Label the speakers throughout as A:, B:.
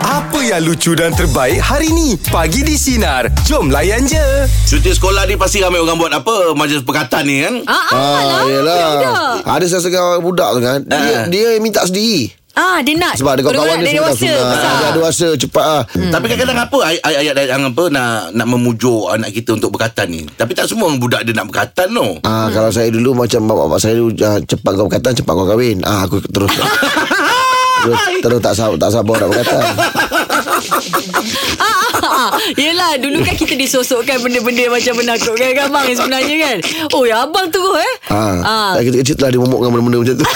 A: Apa yang lucu dan terbaik hari ni? Pagi di Sinar. Jom layan je.
B: Cuti sekolah ni pasti ramai orang buat apa Majlis perkataan ni kan
C: Ah, ah, ah lah.
D: yelah.
C: budak-budak.
D: Ada sesetengah budak tu kan. Dia, dia minta sendiri.
C: Ah, dia nak.
D: Sebab ada
C: dia
D: kawan-kawan dia semua dah
C: dewasa.
D: sunat.
C: besar.
D: Dia dewasa cepat ah.
B: hmm. Tapi kadang-kadang apa ay- ay- Ayat ayat yang apa Nak nak memujuk anak kita Untuk berkatan ni Tapi tak semua orang budak dia nak berkatan no
D: Ah, kalau saya dulu macam bapak-bapak saya dulu ah, cepat kau berkata cepat kau kahwin. Ah aku terus terus, terus tak sabar tak sabar nak berkata.
C: Ah, ah, ah. Yelah dulu kan kita disosokkan benda-benda macam menakutkan kan abang sebenarnya kan. Oh ya abang terus eh.
D: Ah, ah. kecil-kecil telah dimomokkan benda-benda macam tu.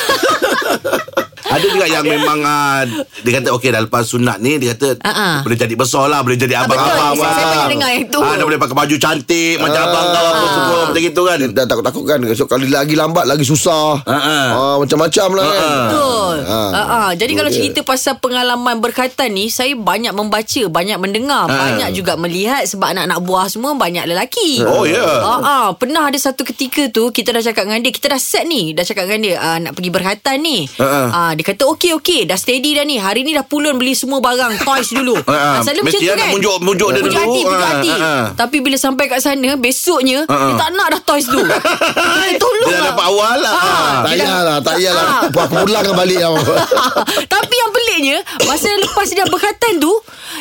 B: Ada juga yang memang ah, Dia kata okey dah lepas sunat ni Dia kata
C: Ah, ah.
B: Boleh jadi besar lah Boleh jadi abang-abang
C: betul. Saya
B: abang.
C: pernah dengar yang tu.
B: Ah, Dah boleh pakai baju cantik
D: Ah.
B: Macam abang kau Apa semua macam itu kan
D: Dah takut-takut kan Esok kali lagi lambat Lagi susah
B: Ah, ah.
D: Ah, Macam-macam lah kan
C: Betul.
B: Ha.
D: Ah.
C: Ah, ah. Jadi kalau cerita pasal pengalaman berkaitan ni, saya banyak membaca, banyak mendengar,
B: Ha.
C: banyak juga melihat sebab anak-anak buah semua banyak lelaki.
B: Oh, ya.
C: Ah, ah. Pernah ada satu ketika tu kita dah cakap dengan dia, kita dah set ni, dah cakap dengan dia ah, nak pergi berkaitan ni.
B: Ha,
C: Ah, dia kata okey okey, dah steady dah ni. Hari ni dah pulun beli semua barang toys dulu.
B: Ah, ah.
C: Ah, Selalu macam
B: Mesti
C: tu
B: lah nak
C: kan.
B: munjuk- munjuk dia
C: Munjuk
B: dulu.
C: hati, munjuk
B: Ah,
C: hati.
B: ah, ah.
C: Tapi bila sampai kat sana besoknya dia tak nak dah toys tu. Dia tolong. Ha,
B: Ha, Dia dah dapat awal lah ah.
D: Tak payahlah Tak payahlah Aku pulangkan balik lah.
C: Tapi yang peliknya Masa lepas dia berkatan tu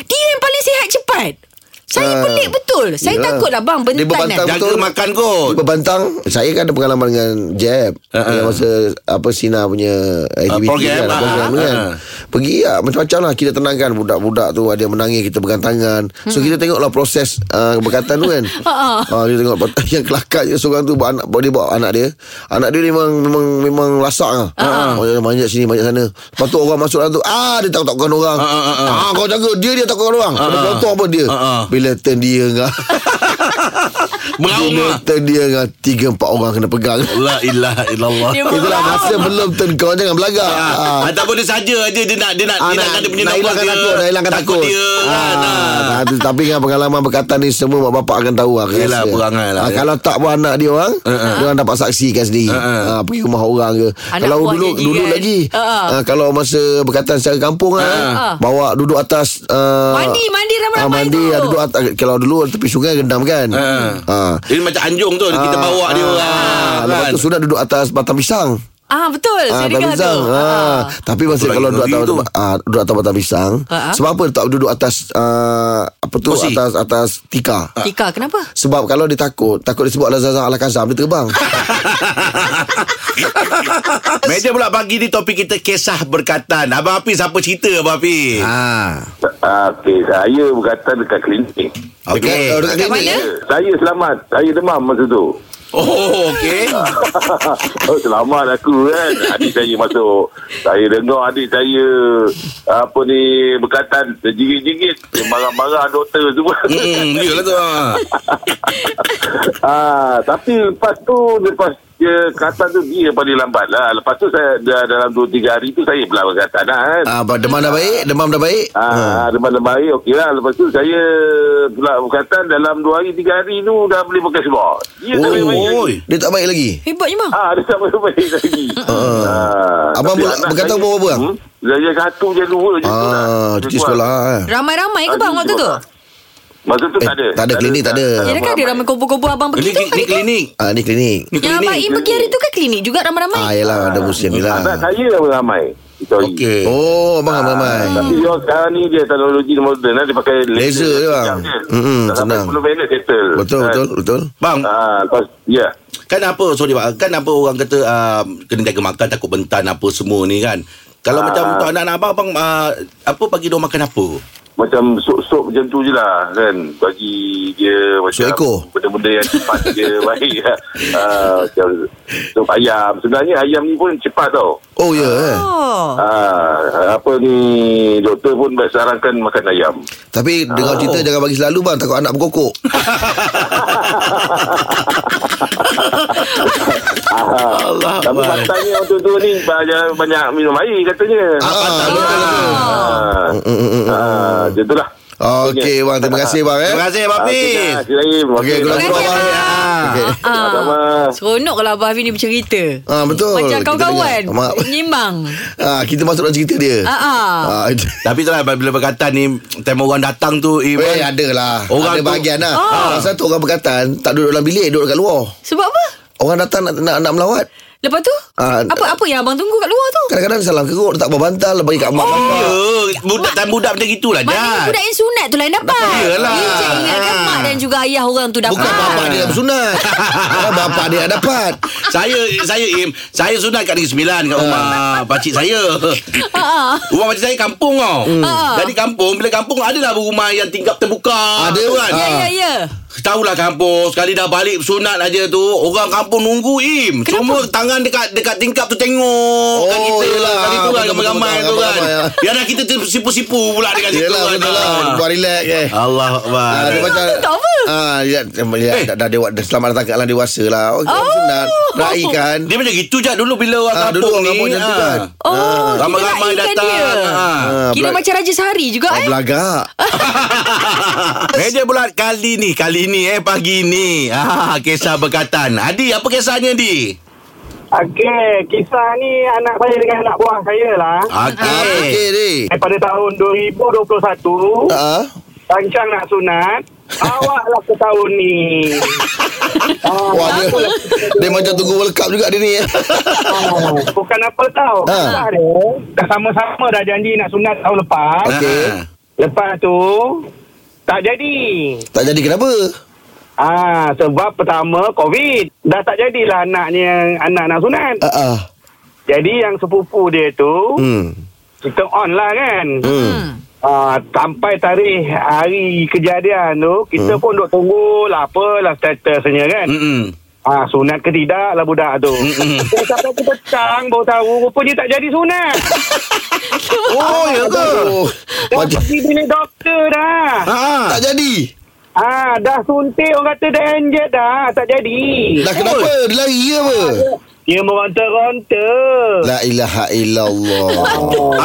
C: Dia yang paling sihat cepat Saya
D: Ah.
C: pelik betul Saya
D: Yelah.
C: takut lah bang
D: Dia
C: Bentan kan
D: berbantang
B: Jaga
D: Betul.
B: makan kot
D: Berbantang Saya kan ada pengalaman dengan Jeb uh-uh. Masa Apa Sina punya Aktiviti
B: program,
D: kan,
B: Ha, ah,
D: program
B: ah,
D: kan.
B: ah.
D: Pergi lah Macam-macam lah Kita tenangkan Budak-budak tu Ada yang menangis Kita pegang tangan
B: Hmm.
D: So kita tengoklah proses uh, Berkatan tu kan
B: Ha,
C: Ah,
D: uh, Kita tengok Yang kelakar je Seorang tu bawa anak, Dia bawa anak dia Anak dia memang Memang memang lasak lah
B: Ha,
D: uh-uh. oh, Manjat sini Manjat sana Lepas tu orang masuk dalam tu Ah dia takut-takutkan orang
B: Ah, ah, ah,
D: ah, Kau jaga Dia dia takutkan orang Kena contoh apa dia
B: Ah, ah.
D: Bila turn dia dengan
B: Meraung lah
D: Bila turn dia dengan Tiga empat orang kena pegang
B: La ilaha illallah
C: Dia
D: Itulah masa belum turn kau Jangan belagak
B: Ah. Ataupun dia saja aje dia nak dia nak
D: Ah,
B: dia nak, dia punya
D: nak
B: nafas
D: hilangkan
B: dia.
D: takut Nak hilangkan takut,
B: dia kan. Ah.
D: ah, nah, Tapi dengan pengalaman berkatan ni Semua mak bapak akan tahu lah aku
B: Yelah,
D: rasa.
B: perangai lah,
D: ah,
B: ya. Eh,
D: Kalau tak pun anak dia orang uh-uh. Dia orang dapat saksikan sendiri uh-uh. ah, Pergi rumah orang ke
C: Anak
D: Kalau
C: buahnya
D: dulu
C: je
D: dulu
C: kan.
D: lagi
C: Ah.
D: ah, Kalau masa berkatan secara kampung
B: Eh,
D: lah
C: Ah.
D: Bawa duduk atas ah,
C: Mandi, mandi ramai-ramai
D: ah, Mandi
C: tu.
D: ah, duduk atas Kalau dulu tepi sungai gendam kan
B: Ah.
D: Ah.
B: Jadi macam anjung tu kita
D: Ah,
B: bawa dia
D: ah,
B: orang.
D: ah, Lepas tu
B: kan?
D: sudah duduk atas batang pisang
C: Ah betul
D: Ah,
C: Saya
D: batang
C: dengar tu
D: pisang. Ah. Tapi masa
B: Betul
D: kalau
B: lagi,
D: duduk atas
B: ngeri tu.
D: ah, duduk atas batang pisang,
C: Ah, ah.
D: sebab apa tak duduk atas ah, apa tu
B: Kursi.
D: atas atas tika?
C: Tika kenapa?
D: Sebab kalau dia takut, takut disebut Al-Azhar Al-Kazam dia terbang.
B: Meja pula pagi ni topik kita kisah berkatan. Abang Hafiz apa cerita Abang Hafiz?
D: ah.
E: Ah, Okey, saya berkatan dekat klinik.
D: Dekat,
E: Ya,
B: Okey.
D: oh, dekat
C: Kat
D: klinik,
C: mana?
D: eh?
E: Saya selamat. Saya demam masa tu.
B: Oh, okey.
E: oh, selamat aku kan. Adik saya masuk. Saya dengar adik saya apa ni berkatan terjigit-jigit. Dia marah-marah doktor semua.
B: Hmm, iyalah tu. ah.
E: ah, tapi lepas tu lepas dia kata tu dia paling lambat lah. Lepas tu saya dah, dalam 2-3 hari tu saya pula berkatan lah kan.
D: Ah, ba- demam dah baik, demam dah baik.
E: Ah, demam-demam baik okey lah. Lepas tu saya pula berkatan dalam 2 hari 3 hari tu dah boleh pakai seluar. Dia tak boleh main lagi.
B: Oi.
D: Dia tak baik lagi.
C: Hebatnya bang
E: Ah, dia tak boleh lagi. Ah,
D: Ha. Abang
E: tapi
D: ber-
E: anak
D: berkatan
E: saya-
D: berapa orang?
E: Hmm? Saya satu je dua je. tu lah.
D: Ah,
E: Dia
D: cuti
E: keluar.
D: sekolah. eh.
C: Ramai-ramai ke
E: Ah,
C: bang
E: cuti
C: waktu tu?
E: sekolah. Masa tu
D: Eh,
E: tak ada.
D: tak ada, klinik tak ada.
C: Ya kan ada ramai kumpul-kumpul abang
B: Ini
C: pergi tu
B: kli- ni
C: hari tu
B: klinik.
D: Ah, ni klinik.
B: Ni
C: Yang abang
B: klinik.
C: Im pergi hari tu kan klinik juga
D: Ah,
C: ramai-ramai
D: yalah, ada musim ni
E: Anak
D: lah.
E: saya yang ramai. Itu hari.
B: Okey.
D: Oh, abang ramai.
E: Tapi dia orang sekarang ni dia teknologi moden lah. Dia pakai
D: Laser je, bang. Mm-mm,
E: Tak sampai
D: senang.
E: 10 minit settle.
D: Betul,
E: Ah,
D: betul, betul.
B: Bang,
E: Ah, lepas, ya.
B: kan apa sorry Pak, kan apa orang kata uh, kena jaga makan takut bentan apa semua ni kan. Kalau
E: Ah.
B: macam untuk anak-anak abang abang ah, apa bagi dia makan apa?
E: Macam sup-sup macam tu je lah kan. Bagi dia macam
D: Sup ekor?
E: benda-benda yang cepat dia baik lah. Ah, macam sup ayam. Sebenarnya ayam ni pun cepat tau.
D: Oh, ya. eh.
C: Oh
E: Ah, apa ni doktor pun sarankan makan ayam.
D: Tapi
B: Ah.
D: dengar cerita jangan bagi selalu bang takut anak berkokok.
B: Allah.
E: Tapi
B: Abang.
E: katanya waktu tu ni banyak, banyak minum air katanya.
D: Ah, Mm,
E: Ah, ah, ah, ah, ah, ah, ah, ah, ah, ah, ah, ah, ah, ah, ah,
D: Okey bang, terima kasih bang eh.
B: Terima kasih Abang Hafiz.
E: Terima kasih Rahim.
D: Okey,
E: Okey,
D: kalau
C: Terima
D: kau
C: kasih,
D: bang.
B: Ah.
D: Okey.
E: Sama-sama.
C: Ah, seronok kalau Abang Hafiz ni bercerita.
D: Ah betul.
C: Macam
D: Kita
C: kawan-kawan.
D: dengar. Mak-
C: Nyimbang.
D: Ah kita masuk dalam cerita dia.
C: Ah, ah.
D: Ah. itu-
B: Tapi itulah bila berkatan ni Time orang datang tu eh,
D: Eh,
B: bang.
D: ada lah
B: Orang
D: Ada
B: tu-
D: bahagian lah
C: Ah.
D: ah. Pasal tu orang berkatan Tak duduk dalam bilik Duduk kat luar
C: Sebab apa?
D: Orang datang nak nak, nak melawat
C: Lepas tu?
D: Ah,
C: apa apa yang abang tunggu kat luar tu?
D: Kadang-kadang salam keruk Letak bawah bantal Bagi kat mak oh.
B: Ya Budak time budak macam gitulah
C: Maknanya
B: Jad
C: budak yang sunat tu lain dapat.
B: Dapat, iyalah.
C: Ni je ingatkan
B: Ah.
C: kan mak dan juga ayah orang tu dapat.
D: Bukan bapak dia yang sunat Bukan bapak dia yang dapat
B: saya saya im saya sunat kat Negeri Sembilan kat rumah
C: Ah.
B: pakcik saya. rumah pakcik saya kampung tau.
C: Hmm. Ah,
B: Jadi kampung bila kampung adalah rumah yang tingkap terbuka.
D: Ada.
B: tu kan.
C: Ya, ya, ya.
B: Tahulah kampung Sekali dah balik sunat aja tu Orang kampung nunggu im Semua tangan dekat dekat tingkap tu tengok Oh kan kita
D: yelah.
B: Kali tu kan
D: Betul, betul,
B: ramai-ramai
D: betul,
B: tu kan
D: ramai-ramai, ah.
B: Ya dah kita tu sipu-sipu pula dekat situ
D: Yelah
B: kan.
D: betul lah
B: Ah.
D: Buat relax eh
B: Allah Akbar
D: Ah, dia macam
C: tak apa.
D: Ah, lihat, lihat
B: Eh.
D: dah, dah dewa, dah selamat datang kat alam dewasa lah. Okey, oh. sunat. Rai kan.
B: Dia macam gitu je dulu bila orang
D: Ah,
B: kampung
D: dulu orang
B: ni.
D: kampung macam tu
B: ah.
D: kan.
C: Oh, kita
B: Ramai-ramai
C: raikan
B: datang.
C: dia.
B: Ah.
D: Ah,
C: Kira
D: belak-
C: macam Raja Sehari juga
D: ah,
C: eh.
D: belagak. Ah.
B: Meja bulat kali ni, kali ni eh pagi ni. Ah, kisah berkatan. Adi, apa kisahnya di?
F: Okey, kisah ni anak saya dengan anak buah saya lah.
D: Ah, okey,
B: Okey.
D: ni.
F: Daripada tahun 2021,
D: Ah.
F: rancang nak sunat, awaklah ke tahun ni. Ah,
D: Wah, dia, dia macam tunggu World Cup juga dia ni. eh.
F: ah, bukan apa tau.
D: Ha.
F: Kisah dia, dah sama-sama dah janji nak sunat tahun lepas.
D: Okey.
B: Ah.
F: Lepas tu, tak jadi.
D: tak jadi kenapa?
F: Ah, sebab pertama COVID. Dah tak jadilah anaknya anak nak sunat.
D: Ah, ah.
F: Jadi yang sepupu dia tu,
D: Hmm.
F: kita on lah kan.
D: Hmm.
F: Uh, sampai tarikh hari kejadian tu kita hmm. pun duk tunggu lah apalah statusnya kan hmm.
B: Mm-mm.
F: uh, sunat ke tidak lah budak tu
D: Hmm,
F: Terus sampai ke petang baru tahu rupanya tak jadi sunat
D: Oh, ya ke?
F: dah
D: Macam
F: pergi bilik doktor dah
D: Ha?
B: Ah.
D: tak jadi.
F: ah dah suntik orang kata dah enjet dah tak jadi
D: Dah kenapa? Dia lari ke apa?
F: dia meronta-ronta
D: La ilaha illallah.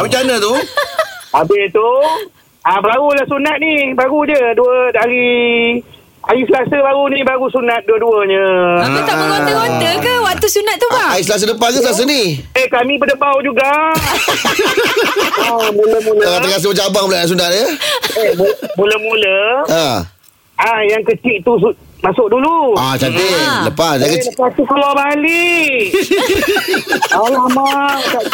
B: Ah, macam mana tu?
F: habis tu ah barulah sunat ni baru je dua hari hari Selasa baru ni baru sunat dua-duanya
C: Abang tak mengonta-konta ke waktu sunat tu bang?
D: Hari Selasa depan ke Selasa ni?
F: Eh kami berdebau juga oh, Mula-mula
D: Tengah-tengah rasa macam abang pula yang sunat ya?
F: eh, mu- Mula-mula
D: Ah.
F: ah, Yang kecil tu su- Masuk dulu
D: Ah, cantik.
C: Ah.
D: Lepas. Dia
F: Eh,
D: kecil.
F: lepas tu keluar balik Alamak Tak,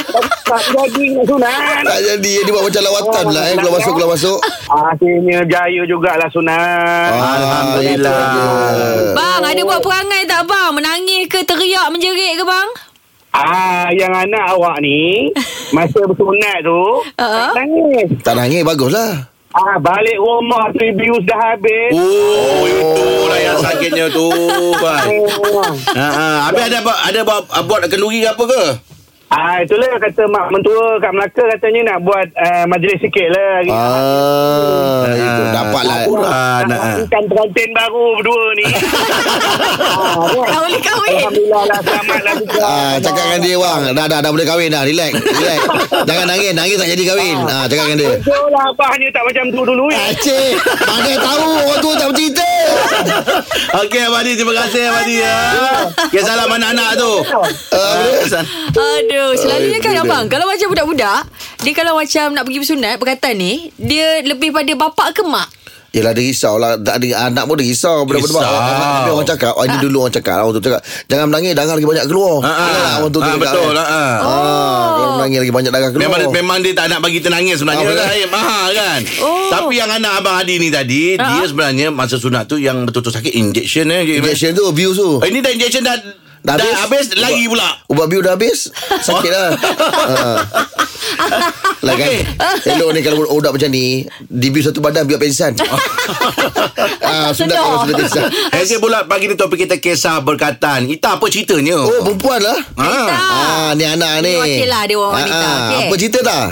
F: tak, tak jadi nak sunat
D: Tak jadi. Dia buat macam lawatan lah eh. Keluar masuk, keluar masuk.
F: Ah, Akhirnya jaya jugalah sunat
D: Ah.
B: Alhamdulillah.
D: Alhamdulillah.
C: Bang, ada buat perangai tak bang? Menangis ke teriak menjerit ke bang?
F: ah. Yang anak awak ni Masa bersunat tu
C: Ah.
F: tak Nangis
D: Tak nangis, baguslah.
F: ah, Balik rumah tu Ibius dah habis
B: Oh, itulah yang sakitnya tu. Bang.
F: oh.
B: Ha ah, habis ada buat ada buat, buat kenduri ke apa ke?
F: Ah itulah kata mak mentua kat Melaka katanya nak buat uh, majlis sikit lah hari.
D: Ah,
B: Ha,
D: itu dapatlah.
B: Quran.
F: nak
B: ah.
F: kahwinkan pengantin baru berdua ni. ah, kan?
C: Tak boleh kahwin.
F: Alhamdulillah lah selamatlah juga.
D: Ah, cakap dengan dia bang. Dah dah dah boleh kahwin dah. Relax. Relax. Jangan nangis. Nangis tak jadi kahwin. Ah, cakap dengan dia.
F: Betul lah abahnya tak macam tu dulu ya.
D: Acik, mana tahu orang tua tak bercerita.
B: Okey, Abang Adi. Terima kasih, Abang Adi. Ya. Ya, salam anak-anak tu. Uh,
C: Aduh, selalunya kan
D: Aduh,
C: abang Kalau macam budak-budak Dia kalau macam nak pergi bersunat Perkataan ni Dia lebih pada bapak ke mak?
D: Yelah dia risau lah Tak ada anak pun dia risau Benda
B: Risau.
D: Tapi orang cakap Ada dulu orang cakap lah, Orang tu cakap Jangan menangis Darah lagi banyak keluar
B: Ha, ha.
D: Yelah, Orang tu
B: Ha,
D: cakap
B: betul
D: kan.
B: lah, ha.
D: Ah, Kalau
C: Oh.
D: menangis lagi banyak darah keluar
B: Memang memang dia tak nak bagi tenangis sebenarnya.
D: Ah,
B: Ah,
D: betul.
B: Rahim. Ha kan.
C: Oh.
B: Tapi yang anak abang Adi ni tadi,
C: Ah.
B: dia sebenarnya masa sunat tu yang betul-betul sakit injection eh.
D: Injection tu Views tu
B: Eh, ini dah injection dah dah,
D: Dah
B: dah habis,
D: habis?
B: lagi pula.
D: Ubat biu dah habis Sakit lah Ah. Lah kan Elok ni kalau budak macam ni Dibiu satu badan Biar pensan ah, Sunat
C: sedar.
D: kalau sudah pensan
B: Okey pula pagi ni topik kita kisah berkatan. Ita apa ceritanya?
D: Oh perempuan lah
B: Ha.
C: Ita.
D: Ah, ni anak ni
C: Ni wakil lah, dia orang wanita.
D: Ah, ah.
C: Okey.
D: Apa cerita tak?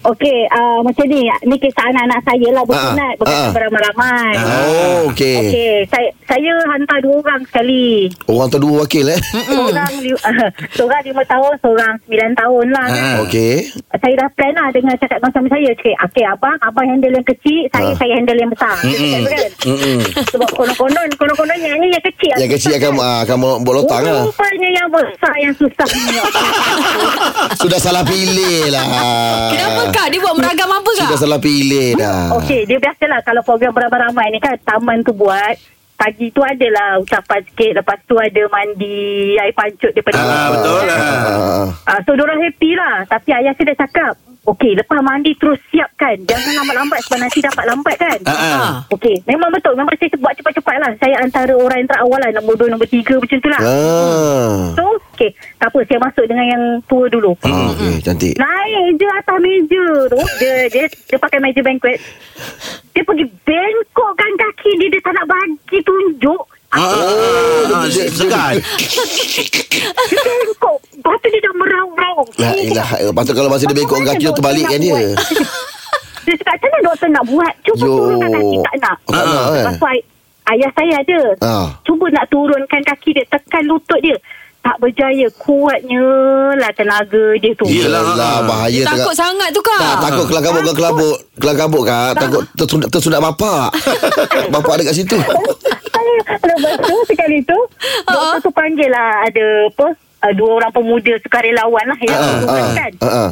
G: Okey, uh, macam ni. Ni kisah anak-anak saya lah bersunat.
D: Ah,
G: Bukan
D: ah.
G: beramai-ramai.
D: Oh, okey.
G: Okey, saya, saya hantar dua orang sekali.
D: Orang tu dua wakil eh.
G: Seorang, li, seorang lima tahun, seorang sembilan tahun lah. kan.
B: Ah.
D: Okey.
G: Saya dah plan lah dengan cakap dengan suami saya. Cakap, okey abang, abang handle yang kecil, saya
D: Ah.
G: saya handle yang besar. Mm-mm. Kan? Sebab konon-konon, konon-konon yang ni yang
C: Ya.
G: kecil. Oh,
D: Yang kecil akan ah, akan buat lotang lah.
G: Rupanya yang besar yang susah.
D: Sudah salah pilih lah.
C: Kenapa kak? Dia buat meragam apa kak?
D: Sudah salah pilih dah.
B: Ah.
G: Okey, dia biasalah kalau program beramai-ramai ni kan taman tu buat Pagi tu adalah ucapan sikit Lepas tu ada mandi Air pancut daripada
B: Ah, betul lah.
D: Ah.
G: Ah, so diorang happy lah Tapi ayah saya dah cakap Okey lepas mandi terus siapkan Jangan lambat-lambat Sebab nanti dapat lambat kan
B: Ah, ah.
G: Okey memang betul Memang saya buat cepat-cepat lah Saya antara orang yang terawal lah Nombor dua, nombor tiga macam tu lah
D: Ah.
G: So okey Tak apa saya masuk dengan yang tua dulu
D: Ah, okey, cantik.
G: Naik je atas meja tu Dia, dia, dia pakai meja banquet Dia pergi bengkokkan kaki dia Dia tak nak bagi tunjuk
D: Oh,
B: Ah, ah, ah, segan.
G: Dia bengkok Lepas tu dia dah meraung-raung
D: La ilaha illallah. Patut kalau masa dia bengkok kaki tu terbalikkan dia.
G: Dia cakap macam mana doktor nak buat Cuba
D: Yo.
G: turunkan kaki tak nak
D: Tak nak, kan?
G: Lepas tu ay- ayah saya ada
D: Ah.
G: Cuba nak turunkan kaki dia Tekan lutut dia Tak berjaya Kuatnya lah tenaga dia tu
B: Yelah. ah.
D: Alah, bahaya
C: Dia takut sangat tu kak.
D: Tak, takut kelakabut kau kelabut. Kelakabut kak, takut tersunat, tersunat bapak. bapak ada kat situ.
G: Saya Lepas tu sekali tu Doktor tu panggil lah Ada apa uh, Dua orang pemuda Sukarelawan lah Yang
D: Ah, ah,
G: uh, kan
D: ah, ah.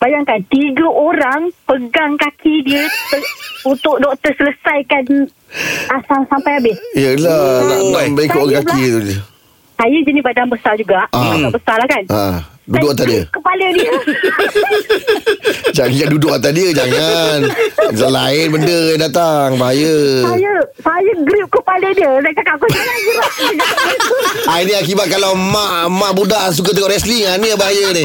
G: Bayangkan Tiga orang Pegang kaki dia ter- Untuk doktor selesaikan Asam sampai habis
D: Yelah, nak nak
B: Baik.
D: bengkok
G: Saya
D: kaki tu. dia.
G: Saya jenis badan besar juga
D: Ah.
G: Badan besar lah kan
D: Ah, duduk atas dia.
G: Kepala dia
D: Jangan jangan duduk atas dia jangan. Lain benda yang datang, bahaya.
G: Saya Saya grip kepala dia Saya cakap Kau jangan gerak
D: Ah, ini akibat kalau mak mak budak suka tengok wrestling ah ni yang bahaya ni.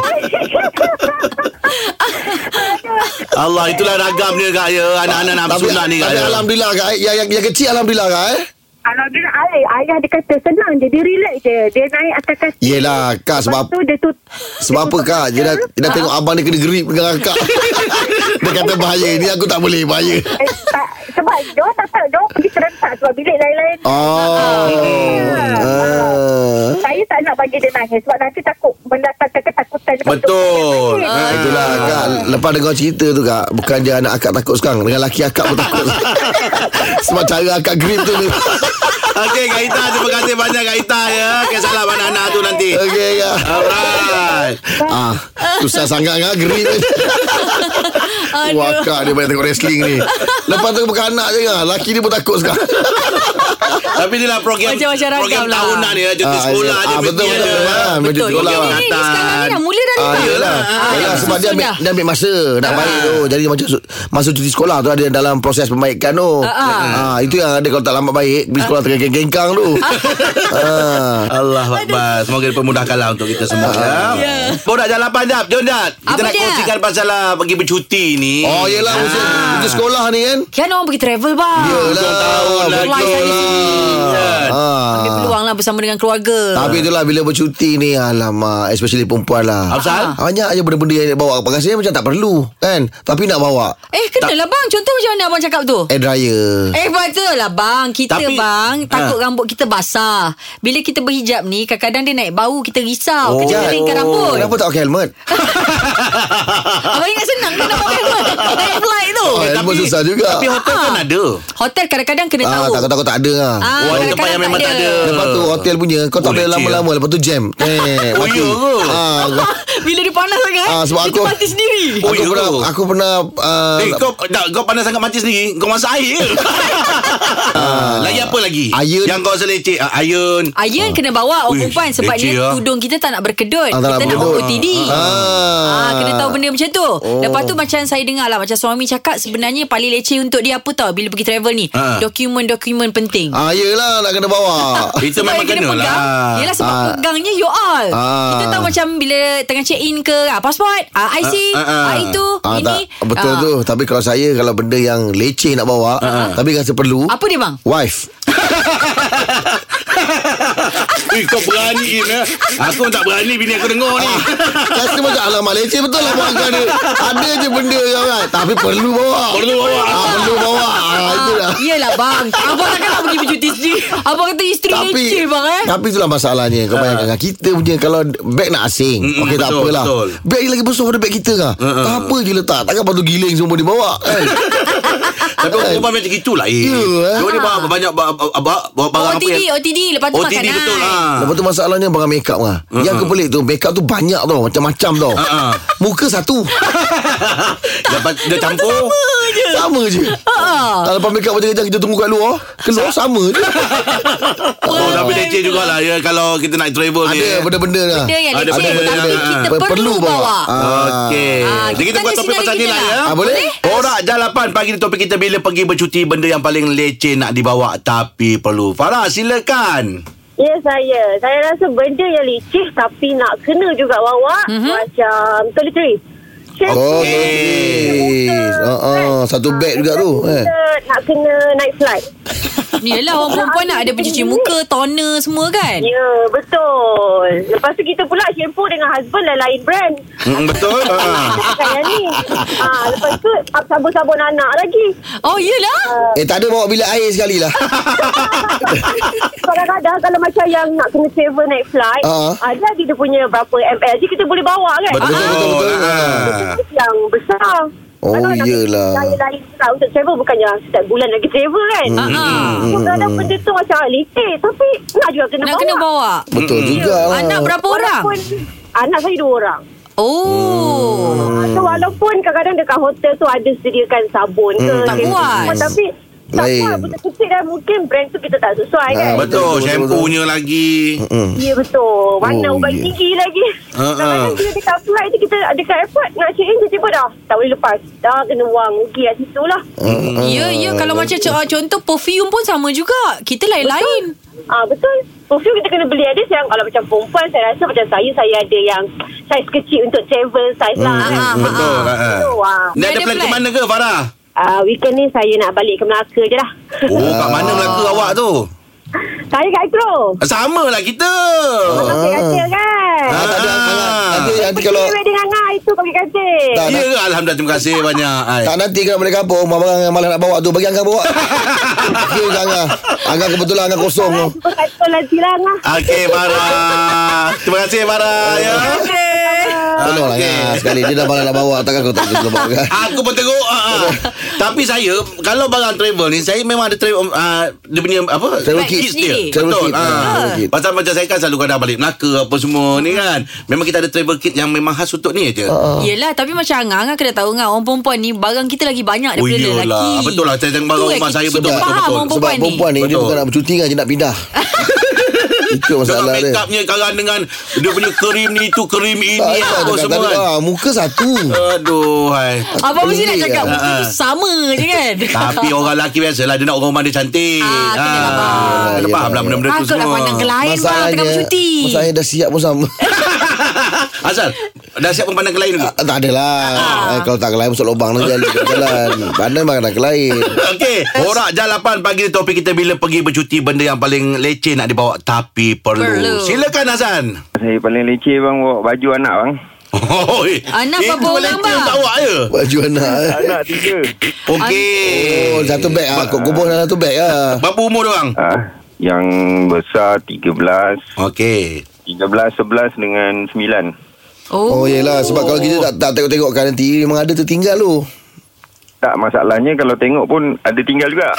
B: Allah itulah ragam dia kak ya anak-anak nak
D: Tapi,
B: bersunat ni kak
D: tapi
B: ya.
D: alhamdulillah kak eh. yang, yang, yang kecil alhamdulillah kak eh.
G: Alhamdulillah ayah, ayah dia kata Senang je Dia relax je Dia naik atas kaki
D: Yelah kak sebab
G: Lepas tu dia tu
D: Sebab apa kak Dia dah, dia dah tengok abang dia kena grip dengan kakak Dia kata bahaya Ni aku tak boleh bahaya
G: Eh, tak, sebab dia tak tahu dia pergi serentak sebab bilik lain-lain.
D: Oh Ah.
G: Saya tak nak bagi dia nangis sebab nanti takut mendatangkan ketakutan. Lepas tu
B: Betul.
G: saya
B: Ah,
G: nangis.
D: Itulah kak Lepas dengar cerita tu kak Bukan dia anak akak takut sekarang Dengan laki akak pun takut Sebab cara akak grip tu
B: Okey Kak Ita Terima kasih banyak Kak Ita ya Kisah lah anak-anak tu nanti
D: Okay kak
B: Alright
D: ah, Susah sangat kak grip ni Wah
C: Aduh.
D: kak dia banyak tengok wrestling ni Lepas tu bukan anak je kak Laki dia pun takut sekarang
B: Tapi ni lah program
C: Macam-macam ragam
B: Program
C: lah.
B: tahunan dia Cuti sekolah
D: ya.
B: dia
D: ah, Betul
B: cuti
D: betul,
B: dia.
D: betul, ah,
C: Betul.
D: betul,
C: Ini,
D: betul.
C: ini, ini sekarang ni dah mula dah ni
D: Ah,
C: kak.
D: yelah. Ah, yelah sebab dia ambil,
C: Sudah.
D: dia ambil masa nak baik tu. Jadi macam su- masa cuti sekolah tu ada dalam proses pembaikan tu.
C: Ah, ah.
D: Ah, itu yang ada kalau tak lambat baik, pergi sekolah tengah gengkang tu. Ah.
B: Allah Akbar Semoga dipermudahkanlah Untuk kita semua
C: Ya.
B: ya. Bodak jalan panjang Jom Jad Kita
C: Apa
B: nak
C: dia?
B: kongsikan pasal lah Pergi bercuti ni Ah.
D: Oh, yelah masa cuti sekolah ni kan.
C: Kan orang pergi travel bang.
D: Yelah,
B: tahun
D: betul
B: lagi.
D: lah. Ah.
C: Ambil peluang lah bersama dengan keluarga.
D: Tapi itulah bila bercuti ni Alamak Especially perempuan lah
B: Apa pasal?
D: Banyak je benda-benda yang dia bawa Rasanya macam tak perlu Kan Tapi nak bawa
C: Eh kenalah bang Contoh macam mana abang cakap tu
D: Air dryer
C: Eh betul lah bang Kita
B: Tapi-
C: Tapi, bang Takut
D: Ah.
C: rambut kita basah Bila kita berhijab ni Kadang-kadang dia naik bau Kita risau oh. Kita keringkan rambut
D: Kan? Kenapa tak pakai helmet? Ah.
C: Abang ingat senang ke nak pakai Naik flight tu
D: Oh, helmet susah juga
B: Tapi hotel
C: Ah.
B: kan ada
C: Hotel kadang-kadang kena
D: Ah,
C: tahu
D: takut-takut tak ada lah.
C: Ah,
B: Oh, ada
C: kadang-kadang
B: tempat yang memang tak ada.
D: Lepas tu hotel punya Kau tak
B: Oh,
D: boleh
B: leceh
D: lama-lama Lepas tu jam Eh
B: Oh, ya ke?
D: ah, aku-
C: Bila dia panas sangat
D: Ah, sebab
C: Kita
D: aku- Ah.
C: mati sendiri
B: Oh,
D: Aku
B: ya
D: pernah
B: ke?
D: Aku pernah ah,
B: Eh kau tak, kau pandai sangat mati sendiri Kau masak air ke? Ah, Lagi apa lagi?
D: Ah, Iron.
B: Yang kau selecek ah, Iron
C: Ayan kena bawa
B: Uish,
C: orang perempuan Sebab
B: leceh
C: dia
B: lah.
C: tudung kita tak nak berkedut
D: Ah, tak nak
C: Kita nak
D: berkedut.
C: OOTD
D: Ah.
C: ah. Kena tahu benda macam tu Lepas tu macam saya dengar lah Macam suami cakap Sebenarnya paling leceh untuk dia apa tau Bila pergi travel ni
B: Ah.
C: Dokumen-dokumen penting
D: Ah, yelah nak kena bawa
B: Itu
C: Sebab
B: memang
C: yang
B: kena
C: Ah, pegang
B: lah
C: Yelah sebab
D: Ah.
C: pegangnya you all
D: Ah.
C: Kita tahu macam bila tengah check in ke ah, Passport, ah, IC,
B: Ah, ah, ah.
C: ah, itu,
D: Ah,
C: ini
D: tak, betul
C: Ah.
D: tu Tapi kalau saya Kalau benda
B: Ah,
D: yang leceh nak bawa Tapi rasa perlu
C: Apa dia bang?
D: Wife
B: Ui, Eh, kau berani Im ya. Aku tak berani bini aku dengar ni.
D: Ah, Rasa macam Alamak leceh betul lah Buat ada Ada je benda yang kan Tapi perlu bawa
B: Perlu bawa.
D: ah, Perlu bawa ah, Itu dah
C: Yelah bang Abang takkan nak pergi bercuti sendiri Abang kata isteri
D: tapi
C: leceh bang eh
D: Tapi itulah masalahnya Kau bayangkan kan Kita punya Kalau beg nak asing
B: Ah. Mm-mm,
D: Okey tak
B: betul,
D: apalah
B: betul. Ah,
D: Beg ni lagi besar Daripada beg kita kan
B: Mm-mm.
D: Tak apa je letak Takkan patut giling semua dibawa kan
B: Tapi orang perempuan macam itulah Im.
D: eh. Ya, eh.
B: Dia ni bawa banyak ba- ba- ba- bawa barang apa
C: OTD
B: yang
C: OTD Lepas tu
B: OTD
C: makanan
B: betul lah.
D: Lepas tu masalahnya Barang makeup kan Yang kepelik tu Makeup tu banyak tau Macam-macam tau
B: Ah, ah.
D: Muka satu
B: Dapat dia campur.
D: Sama je Tak lepas makeup macam-macam Kita tunggu kat luar Keluar sama je
B: Oh, tapi leceh jugalah ya kalau kita nak travel ni. ya.
D: Ada benda-benda lah
C: Dia yang
B: Ada
C: leceh
B: benda
C: Tapi
B: yang-
C: kita
D: Per-
C: perlu bawa
B: Okey.
C: Ah,
B: Jadi kita
C: kita
B: buat
C: tanya
B: topik
C: sinari
B: pasal
C: kita
B: nilai
C: lah.
B: ya.
D: Ah, boleh?
B: Orang jalapan pagi ni topik kita bila pergi bercuti benda yang paling leceh nak dibawa tapi perlu. Farah silakan.
H: Ya saya Saya rasa benda yang licih Tapi nak kena juga bawa mm-hmm. Macam toiletries Shampoo,
D: Oh, okay. uh, uh, satu beg juga tu. Eh.
H: Nak kena night flight
C: Yelah lah, orang perempuan nak ada pencuci muka Toner semua kan
H: Ya betul Lepas tu kita pula shampoo dengan husband Lain-lain brand Ah,
B: Hmm, betul. Ha.
H: Bukan yang ni ha, Lepas tu Sabun-sabun anak lagi
C: Oh yelah
D: Eh tak ada bawa bilik air sekali lah.
H: Kadang-kadang Kalau macam yang Nak kena travel night flight uh.
D: Ah.
H: Ada ada dia punya Berapa ml je Kita boleh bawa kan Ah,
B: Betul
D: betul, betul, betul.
B: Ha.
H: yang besar.
D: Oh,
H: Kalau nak
D: iyalah.
H: Lain-lain pula untuk travel bukannya setiap bulan lagi travel kan.
C: Ah, ah.
H: So, kadang benda tu macam leceh tapi nak juga kena
C: Nak
H: bawa.
C: kena bawa
D: Betul juga lah.
C: Anak berapa orang?
H: Walaupun anak saya dua orang.
C: Oh
B: Hmm.
H: So, walaupun kadang-kadang dekat hotel tu ada sediakan sabun ke.
B: Hmm,
C: Tak
H: shampoo
C: puas.
H: semua, Tapi tak
D: Lain.
H: puas. Benda kecil kan mungkin brand tu kita tak sesuai
D: Ah,
H: kan.
D: betul,
B: Betul,
D: betul,
B: shampoo-nya lagi.
D: Hmm.
H: Ya betul Warna
D: Oh,
H: oh, ubat
D: ya.
H: tinggi lagi
B: Ha, ha.
H: Kadang-kadang kita dekat flight tu Kita dekat airport Nak check in tiba-tiba dah Tak boleh lepas Dah kena wang Rugi kat situ lah
B: Hmm.
C: Ya ya
D: Ah.
C: Kalau macam co- contoh Perfume pun sama juga Kita lain-lain
H: Ah Betul Perfume kita kena beli ada yang Kalau macam perempuan Saya rasa macam saya Saya ada yang Saiz kecil untuk travel Saiz lah
C: Ah,
H: kan
C: ah, ah,
B: Betul.
C: ah.
B: Ha.
H: So, ah,
B: Ni ada
C: Ada
B: plan ke
C: plan?
B: mana ke Farah?
H: ah, Weekend ni saya nak balik ke Melaka je lah
B: Oh, kat mana Melaka awak tu?
H: Saya kat Ikro
B: Sama lah kita.
H: Masuk katil kan
D: Ah, Oh, tak ada
B: Ah.
D: sangat. Nanti, nanti kalau
H: Pergi dengan Ngah Itu pergi katil
D: Tak,
B: Ya, Alhamdulillah terima kasih banyak. Ai.
D: tak nanti kalau balik kampung Barang yang malah nak bawa tu Bagi Angga bawa Okey je Angga Angga kebetulan Angga kosong tu
H: Jumpa katil lagi lah Ngah
B: Okey Farah. Terima kasih Farah ya.
D: Tolonglah
B: Okey.
D: Angga Sekali dia dah malah nak bawa Takkan kau tak boleh bawa kan
B: Aku pun teruk ah, ah. Tapi saya Kalau barang travel ni Saya memang ada travel ah, Dia punya apa
D: Travel kit.
B: kits dia
C: sendiri.
D: Travel
B: Betul
D: kit,
B: ah.
D: ah, travel kit.
B: Pasal macam saya kan Selalu kadang balik Melaka Apa semua ni kan Memang kita ada travel kit Yang memang khas untuk ni je
D: Ah,
B: oh,
C: Yelah tapi macam Angah Angah kena tahu Angah Orang perempuan ni Barang kita lagi banyak Daripada
B: Oh, iyalah.
C: lelaki
B: Betul lah, saya tengok
C: Tu
B: barang
C: yang
B: rumah
C: kita-
B: saya,
C: kita
B: betul, betul,
C: faham
B: betul.
C: orang
D: Sebab
C: perempuan,
D: perempuan ni Dia
B: Betul.
D: bukan nak bercuti kan Dia nak pindah Itu
B: Dengan
D: masalah dia
B: make upnya Sekarang dengan Dia punya krim ni tu Krim ini
D: Tak, tak,
B: Apa
D: cakap
B: semua
D: tadi,
B: kan
D: ah, Muka satu
B: Aduh hai.
C: Abang mesti nak
D: Pelik
C: cakap
D: lah.
C: Muka tu
B: Ah.
C: sama je kan
B: Tapi orang lelaki biasalah Dia nak orang rumah dia cantik
C: Ah, kena
B: Ah,
C: faham.
B: Kena
D: Yelah,
B: faham lah
D: yelah.
B: benda-benda tu
C: Takutlah
B: semua
C: pandang ke lain bang Tengah bercuti Eh.
D: Masalahnya dah siap pun sama
B: Azal Dah siap pandang ke lain dulu
D: Ah, Tak adalah ah. Kalau tak kelai Masuk lubang tu jalan Jalan Pandai makan nak kelai
B: Okey, borak jalapan pagi ni topik kita bila pergi bercuti benda yang paling leceh nak dibawa tapi perlu.
C: Perlu.
B: Silakan Hasan.
I: Saya paling leceh bang bawa baju anak bang.
B: Oh, eh.
C: Anak
B: Itu
C: berapa orang,
B: leceh
C: bang?
B: Tak awak je.
D: Baju anak eh.
I: Anak tiga.
B: Okey.
D: Oh satu beg ah. Kau kubur dalam satu beg ah.
B: Berapa umur dia orang?
I: Ah, yang besar 13,
B: Okey.
I: 13, 11 dengan 9.
D: Oh yelah Sebab kalau kita tak, tak tengok-tengok kan Nanti memang ada tertinggal tu
I: Tak masalahnya kalau tengok pun ada tinggal juga.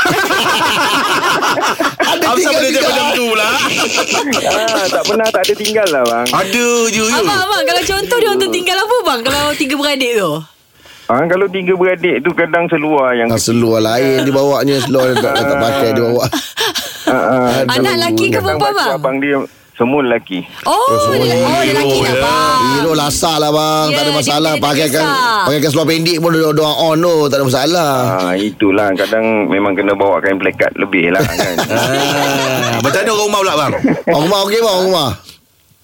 D: Ada
B: Apa
D: tinggal
B: benda dia
D: juga
B: macam tu pula?
I: ah, tak pernah tak ada tinggal lah bang.
B: Ada je ya. je.
C: Abang abang Kalau contoh dia orang tertinggal apa bang Kalau tiga beradik tu
I: Ah, kalau tiga beradik tu kadang seluar yang
D: Ah, seluar lain dibawanya Seluar yang tak, tak pakai dibawa
I: ah, ah,
C: Anak lelaki ke
I: kadang
C: perempuan
I: baju
C: bang
I: abang dia semua lelaki.
C: Oh lelaki Oh lelaki lah bang
D: Hero lasak lah bang
C: Ya,
D: Tak ada
C: dia-
D: masalah
C: dia- dia
D: Pakaikan
C: kisah.
D: Pakaikan seluar pendek pun Dia dia on tu Tak ada masalah
I: Ah, itulah kadang memang kena bawa kain plekat lebih lah kan.
B: Ah, macam mana orang rumah pula bang?
D: Orang rumah okey bang Orang rumah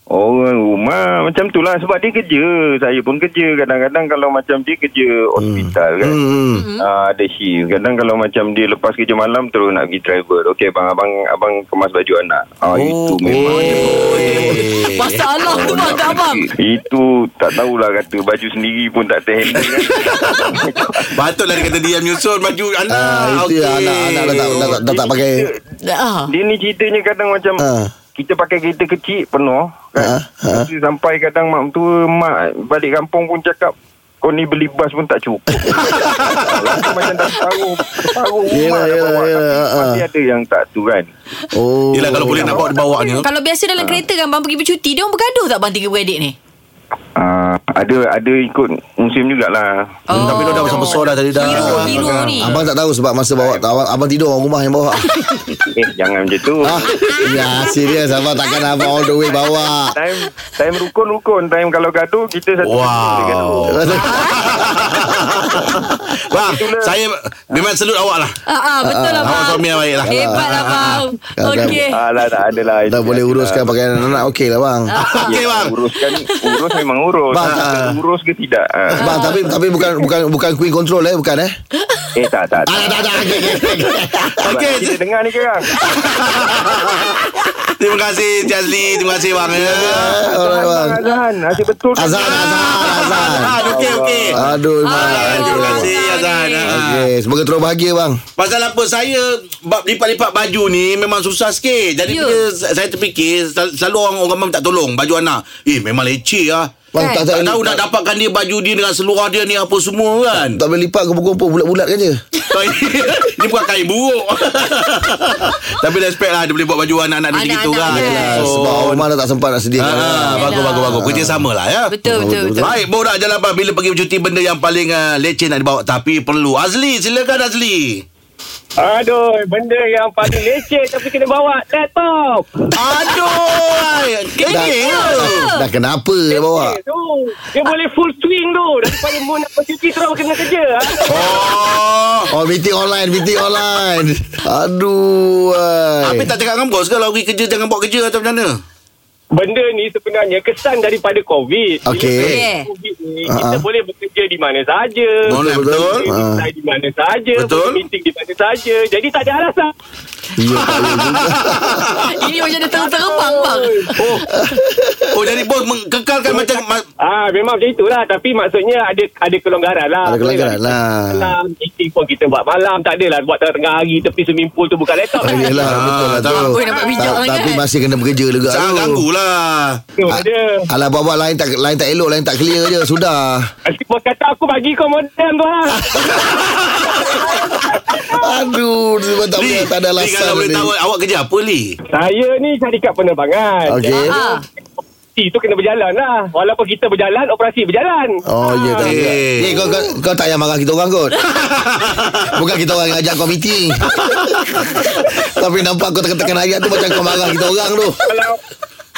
I: Orang rumah Macam tu lah Sebab dia kerja Saya pun kerja Kadang-kadang kalau macam dia kerja Hospital kan
D: Hmm.
I: Ah, ada shift Kadang kalau macam dia lepas kerja malam Terus nak pergi travel Okey bang Abang abang kemas baju anak ah, Itu memang
C: Eh, Masalah tu bang kat abang.
I: Itu tak tahulah kata Baju sendiri pun tak terhandle kan
B: Patutlah dia kata dia menyusun baju anak.
D: Ah, itu yang anak-anak dah tak, dah, tak- dah tak pakai.
C: Ah.
I: Dia ni ceritanya kadang macam
D: Ah.
I: Kita pakai kereta kecil penuh
D: Ah, ah.
I: Lepas tu Sampai kadang mak tua Mak balik kampung pun cakap kau ni beli bas pun tak cukup Rasa macam dah separuh Separuh rumah
D: Yelah,
I: dah
D: yelah,
I: bawa
D: yelah,
I: Tapi
D: ah,
I: Masih ada yang tak tu kan
D: Oh.
B: Yelah kalau boleh nak bawa dia bawa ni.
C: Kalau biasa dalam
B: Ah.
C: kereta kan Abang pergi bercuti Dia orang bergaduh tak Abang tiga beradik ni
I: Ah, Ada ada ikut musim jugalah
C: Oh.
B: Hmm, Tapi dia dah besar besar dah tadi dah.
C: Hero
B: Ah,
C: Hero ni
D: Abang tak tahu sebab masa bawa abang, abang tidur orang rumah yang bawa.
I: Eh jangan macam tu
D: ah, ya, serius abang takkan abang all the way bawa.
I: Time time rukun-rukun Time kalau gaduh Kita satu kita gaduh
B: Wow. Bang, saya memang selut awak lah.
C: Ah, ah, betul lah
B: Awak
C: bang
B: suami yang baik lah.
C: Hebat lah bang
D: Ah, dah-
C: Okey
F: lah,
I: Alah tak adalah
D: Dah boleh uruskan pakaian anak okey lah bang.
B: Okey bang.
I: Uruskan Urus memang
B: Oh,
I: urus
D: Bang,
I: Kita
D: ah.
I: Urus ke tidak ah.
D: Bang tapi tapi bukan bukan bukan queen control eh bukan eh.
I: Eh tak tak tak
D: Ah, dah dah okey okey, okey.
B: Okey,
I: Kita dengar ni kerang
B: terima kasih Jazli, terima kasih bang. ya.
D: Ah, Alright bang.
I: Azan Asyik betul ke?
D: Azan azan azan.
B: Ah, Azan, okey okey.
D: Aduh bang.
B: Ah, Terima kasih Azan. Ah.
D: Okey, semoga terus bahagia bang.
B: Pasal apa saya bab lipat-lipat baju ni memang susah sikit. Jadi
C: Ya.
B: yeah. bila saya terfikir sel- selalu orang orang memang tak tolong baju anak. Eh memang leceh ah.
D: Bang
C: Kan?
D: tak
B: Tak
D: tak
B: tahu nak dapatkan dia baju dia dengan seluar dia ni apa semua kan.
D: tak boleh lipat kumpul-kumpul bulat-bulat kan je.
B: Ini bukan kain buruk. Tapi respect lah dia boleh buat baju anak-anak dia
C: Anak-anak
B: gitu kan.
C: dia.
B: Dia
D: Ah,
B: susun.
D: Sebab orang rumah dah tak sempat nak sedia.
B: Ah, bagus, bagus, bagus. Kerjasama lah ya.
C: Betul betul betul
B: Baik, borak je lah Abang. Bila pergi bercuti, benda yang paling uh, leceh nak dibawa. Tapi perlu. Azli, silakan Azli.
F: Aduh, benda yang paling leceh tapi kena bawa laptop.
B: Aduh, ai.
D: Dah,
B: Kenyek tu.
D: dah, dah kenapa dia bawa?
F: Eh, tu, dia boleh full swing tu. Daripada mu nak bercuti terus kena kerja. ah.
B: Oh.
D: Oh, meeting online, meeting online. Aduh.
B: Tapi
D: Ai.
B: tak cakap dengan bos ke kalau pergi kerja jangan buat kerja atau macam mana?
F: Benda ni sebenarnya kesan daripada COVID. Bila
D: Okey.
F: kita COVID ni, kita
D: Ah.
F: boleh bekerja di mana saja.
B: Boleh, betul.
F: Boleh
D: Ah.
F: design di mana saja.
B: Betul.
F: Boleh meeting di mana saja. Jadi tak ada alasan.
D: Ya, tak boleh juga.
C: Ini macam dia terbang bang
F: Oh,
B: Oh, jadi bos mengkekalkan macam ma-
F: Ah memang macam itulah tapi maksudnya ada ada kelonggaran lah.
D: Ada kelonggaran
F: Boleh
D: lah.
F: buat Malam meeting pun kita buat malam tak adalah buat tengah hari tepi swimming pool tu bukan laptop.
D: Ah, Yelah
B: Ah,
D: betul lah
B: tak
D: tu.
C: apa, nampak bijak
D: Ta-
C: sangat.
D: Tapi masih kena bekerja juga Ah,
B: Jangan ganggu lah.
F: Tu dia.
D: Alah buat-buat lain tak lain tak elok Lain tak clear je Sudah
F: Nanti bos kata aku bagi kau modem tu lah.
D: Aduh Sebab tak, boleh, tak ada
B: Li,
D: alasan
B: kalau boleh
D: ni.
B: tahu eh. awak kerja apa, Li?
F: Saya ni syarikat penerbangan.
D: Okey
C: Ah,
F: Operasi tu kena berjalan lah. Walaupun kita berjalan, operasi berjalan.
D: Oh ya tak
B: Okey.
D: okay. Eh kau, kau, kau tak payah marah kita orang kot Bukan kita orang yang ajak kau meeting Tapi nampak kau tekan-tekan ayat tu Macam kau marah kita orang tu
F: Kalau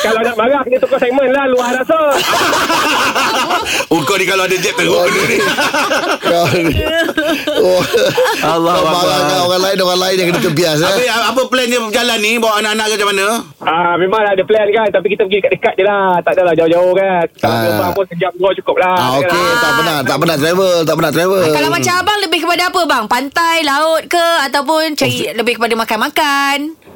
F: kalau nak marah kena tukar segmen lah luar rasa.
B: Oh, kau ni kalau ada jet teruk. benda ni.
D: Kau ni oh.
B: Allah
D: Kau marah
B: Allah.
D: dengan orang lain Orang lain yang kena kebias eh?
B: Apa, apa plan dia berjalan ni? Bawa anak-anak ke macam mana?
F: Ah, memang ada plan kan Tapi kita pergi dekat-dekat je lah Tak adalah jauh-jauh kan Kalau
D: Ah.
F: gerbang pun sejam dua cukup lah
D: Ah, okey, tak pernah, tak pernah travel, tak pernah travel.
C: Kalau macam abang lebih kepada apa bang? Pantai, laut ke ataupun cari lebih kepada makan-makan?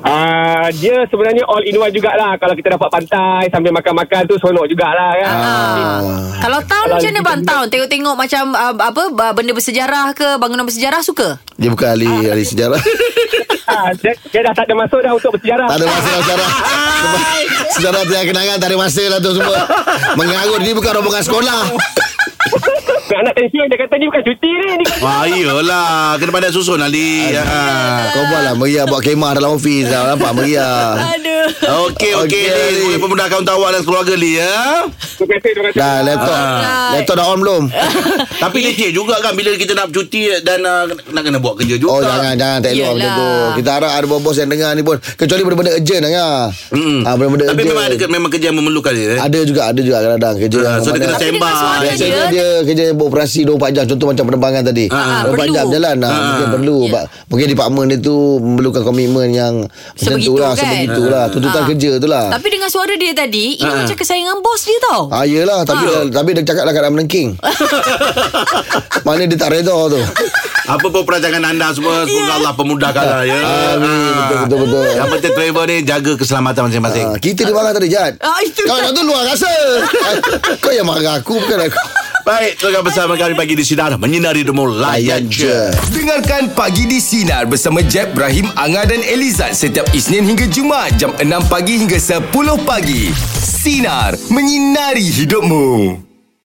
F: Ah, dia sebenarnya all in one jugalah Kalau kita dapat pantai Sambil makan-makan tu Seronok jugalah kan
C: Ah. Kalau town
F: Kalau
C: macam mana
F: kita
C: bang town? Tengok-tengok macam uh, apa uh, benda bersejarah ke bangunan bersejarah suka?
D: Dia bukan ahli ahli sejarah.
F: ah, dia, dia dah tak ada masuk dah Untuk bersejarah
D: tak ada masa lah sejarah. Sebab Sejarah tiada kenangan, tak ada masa lah tu semua. Mengarut ni bukan rombongan sekolah.
F: Anak tension Dia kata ni bukan cuti ni, kan?" ni bukan-
B: Wah, Ah, iyalah. Kena pandai susun, lah, Ali. Ha.
D: Ah, Kau buatlah meriah buat kemah dalam ofis. Dah nampak
B: Ah.
D: meriah.
C: Aduh.
B: Okey, okey,
D: Okey,
B: Li.
D: Li.
B: Boleh pemudahkan untuk awak dan keluarga, Li, ya?
F: Terima kasih Terima kasih
D: Dah laptop.
C: Alright.
D: Laptop dah on belum?
B: Tapi leceh juga kan bila kita nak cuti dan uh, nak kena buat kerja juga.
D: Oh jangan jangan tak elok macam
C: Yelah.
D: tu. Kita harap ada bos yang dengar ni pun kecuali benda-benda urgent dengar.
B: Mm.
D: Ah benda-benda
B: Tapi memang ada
D: urgent.
B: memang kerja yang memerlukan dia. Eh?
D: Ada juga ada juga kadang-kadang kerja
B: Ah,
D: yang
B: so dia
D: mana-
B: kena
C: Tapi dengan
B: sembang.
C: suara dia-
D: Biasanya dia kerja beroperasi 24 jam Contoh macam penerbangan tadi
B: Ah,
D: 24
C: perlu.
D: jam jalan ah, Mungkin perlu yeah. Mungkin department dia tu Memerlukan komitmen yang Macam tu
C: Sebegitu
D: lah
C: kan?
D: Sebegitulah tuntutan
C: Ah.
D: kerja tu lah.
C: Tapi dengan suara dia tadi Ini
B: Ah.
C: macam kesayangan bos dia tau
D: Ah, yelah tapi dah, tapi dia cakap lah dah keadaan menengking. Mana dia tak reda tu.
B: Apa pun perancangan anda
C: Ya.
B: semua Semoga Allah pemudahkan lah ya.
D: Amin, betul, betul, betul.
B: Yang penting travel ni Jaga keselamatan masing-masing
D: Ah, kita dia marah tadi, Jad.
C: Ah, itu
D: Kau
C: tak-
D: nak tu luar rasa. Kau yang marah aku bukan aku.
B: Baik Tengah bersama kami pagi di Sinar Menyinari Demo Layan je
A: Dengarkan Pagi di Sinar bersama Jeb, Ibrahim, Anga dan Elizad setiap Isnin hingga Jumaat jam 6 pagi hingga 10 pagi. Sinar. Menyinari hidupmu.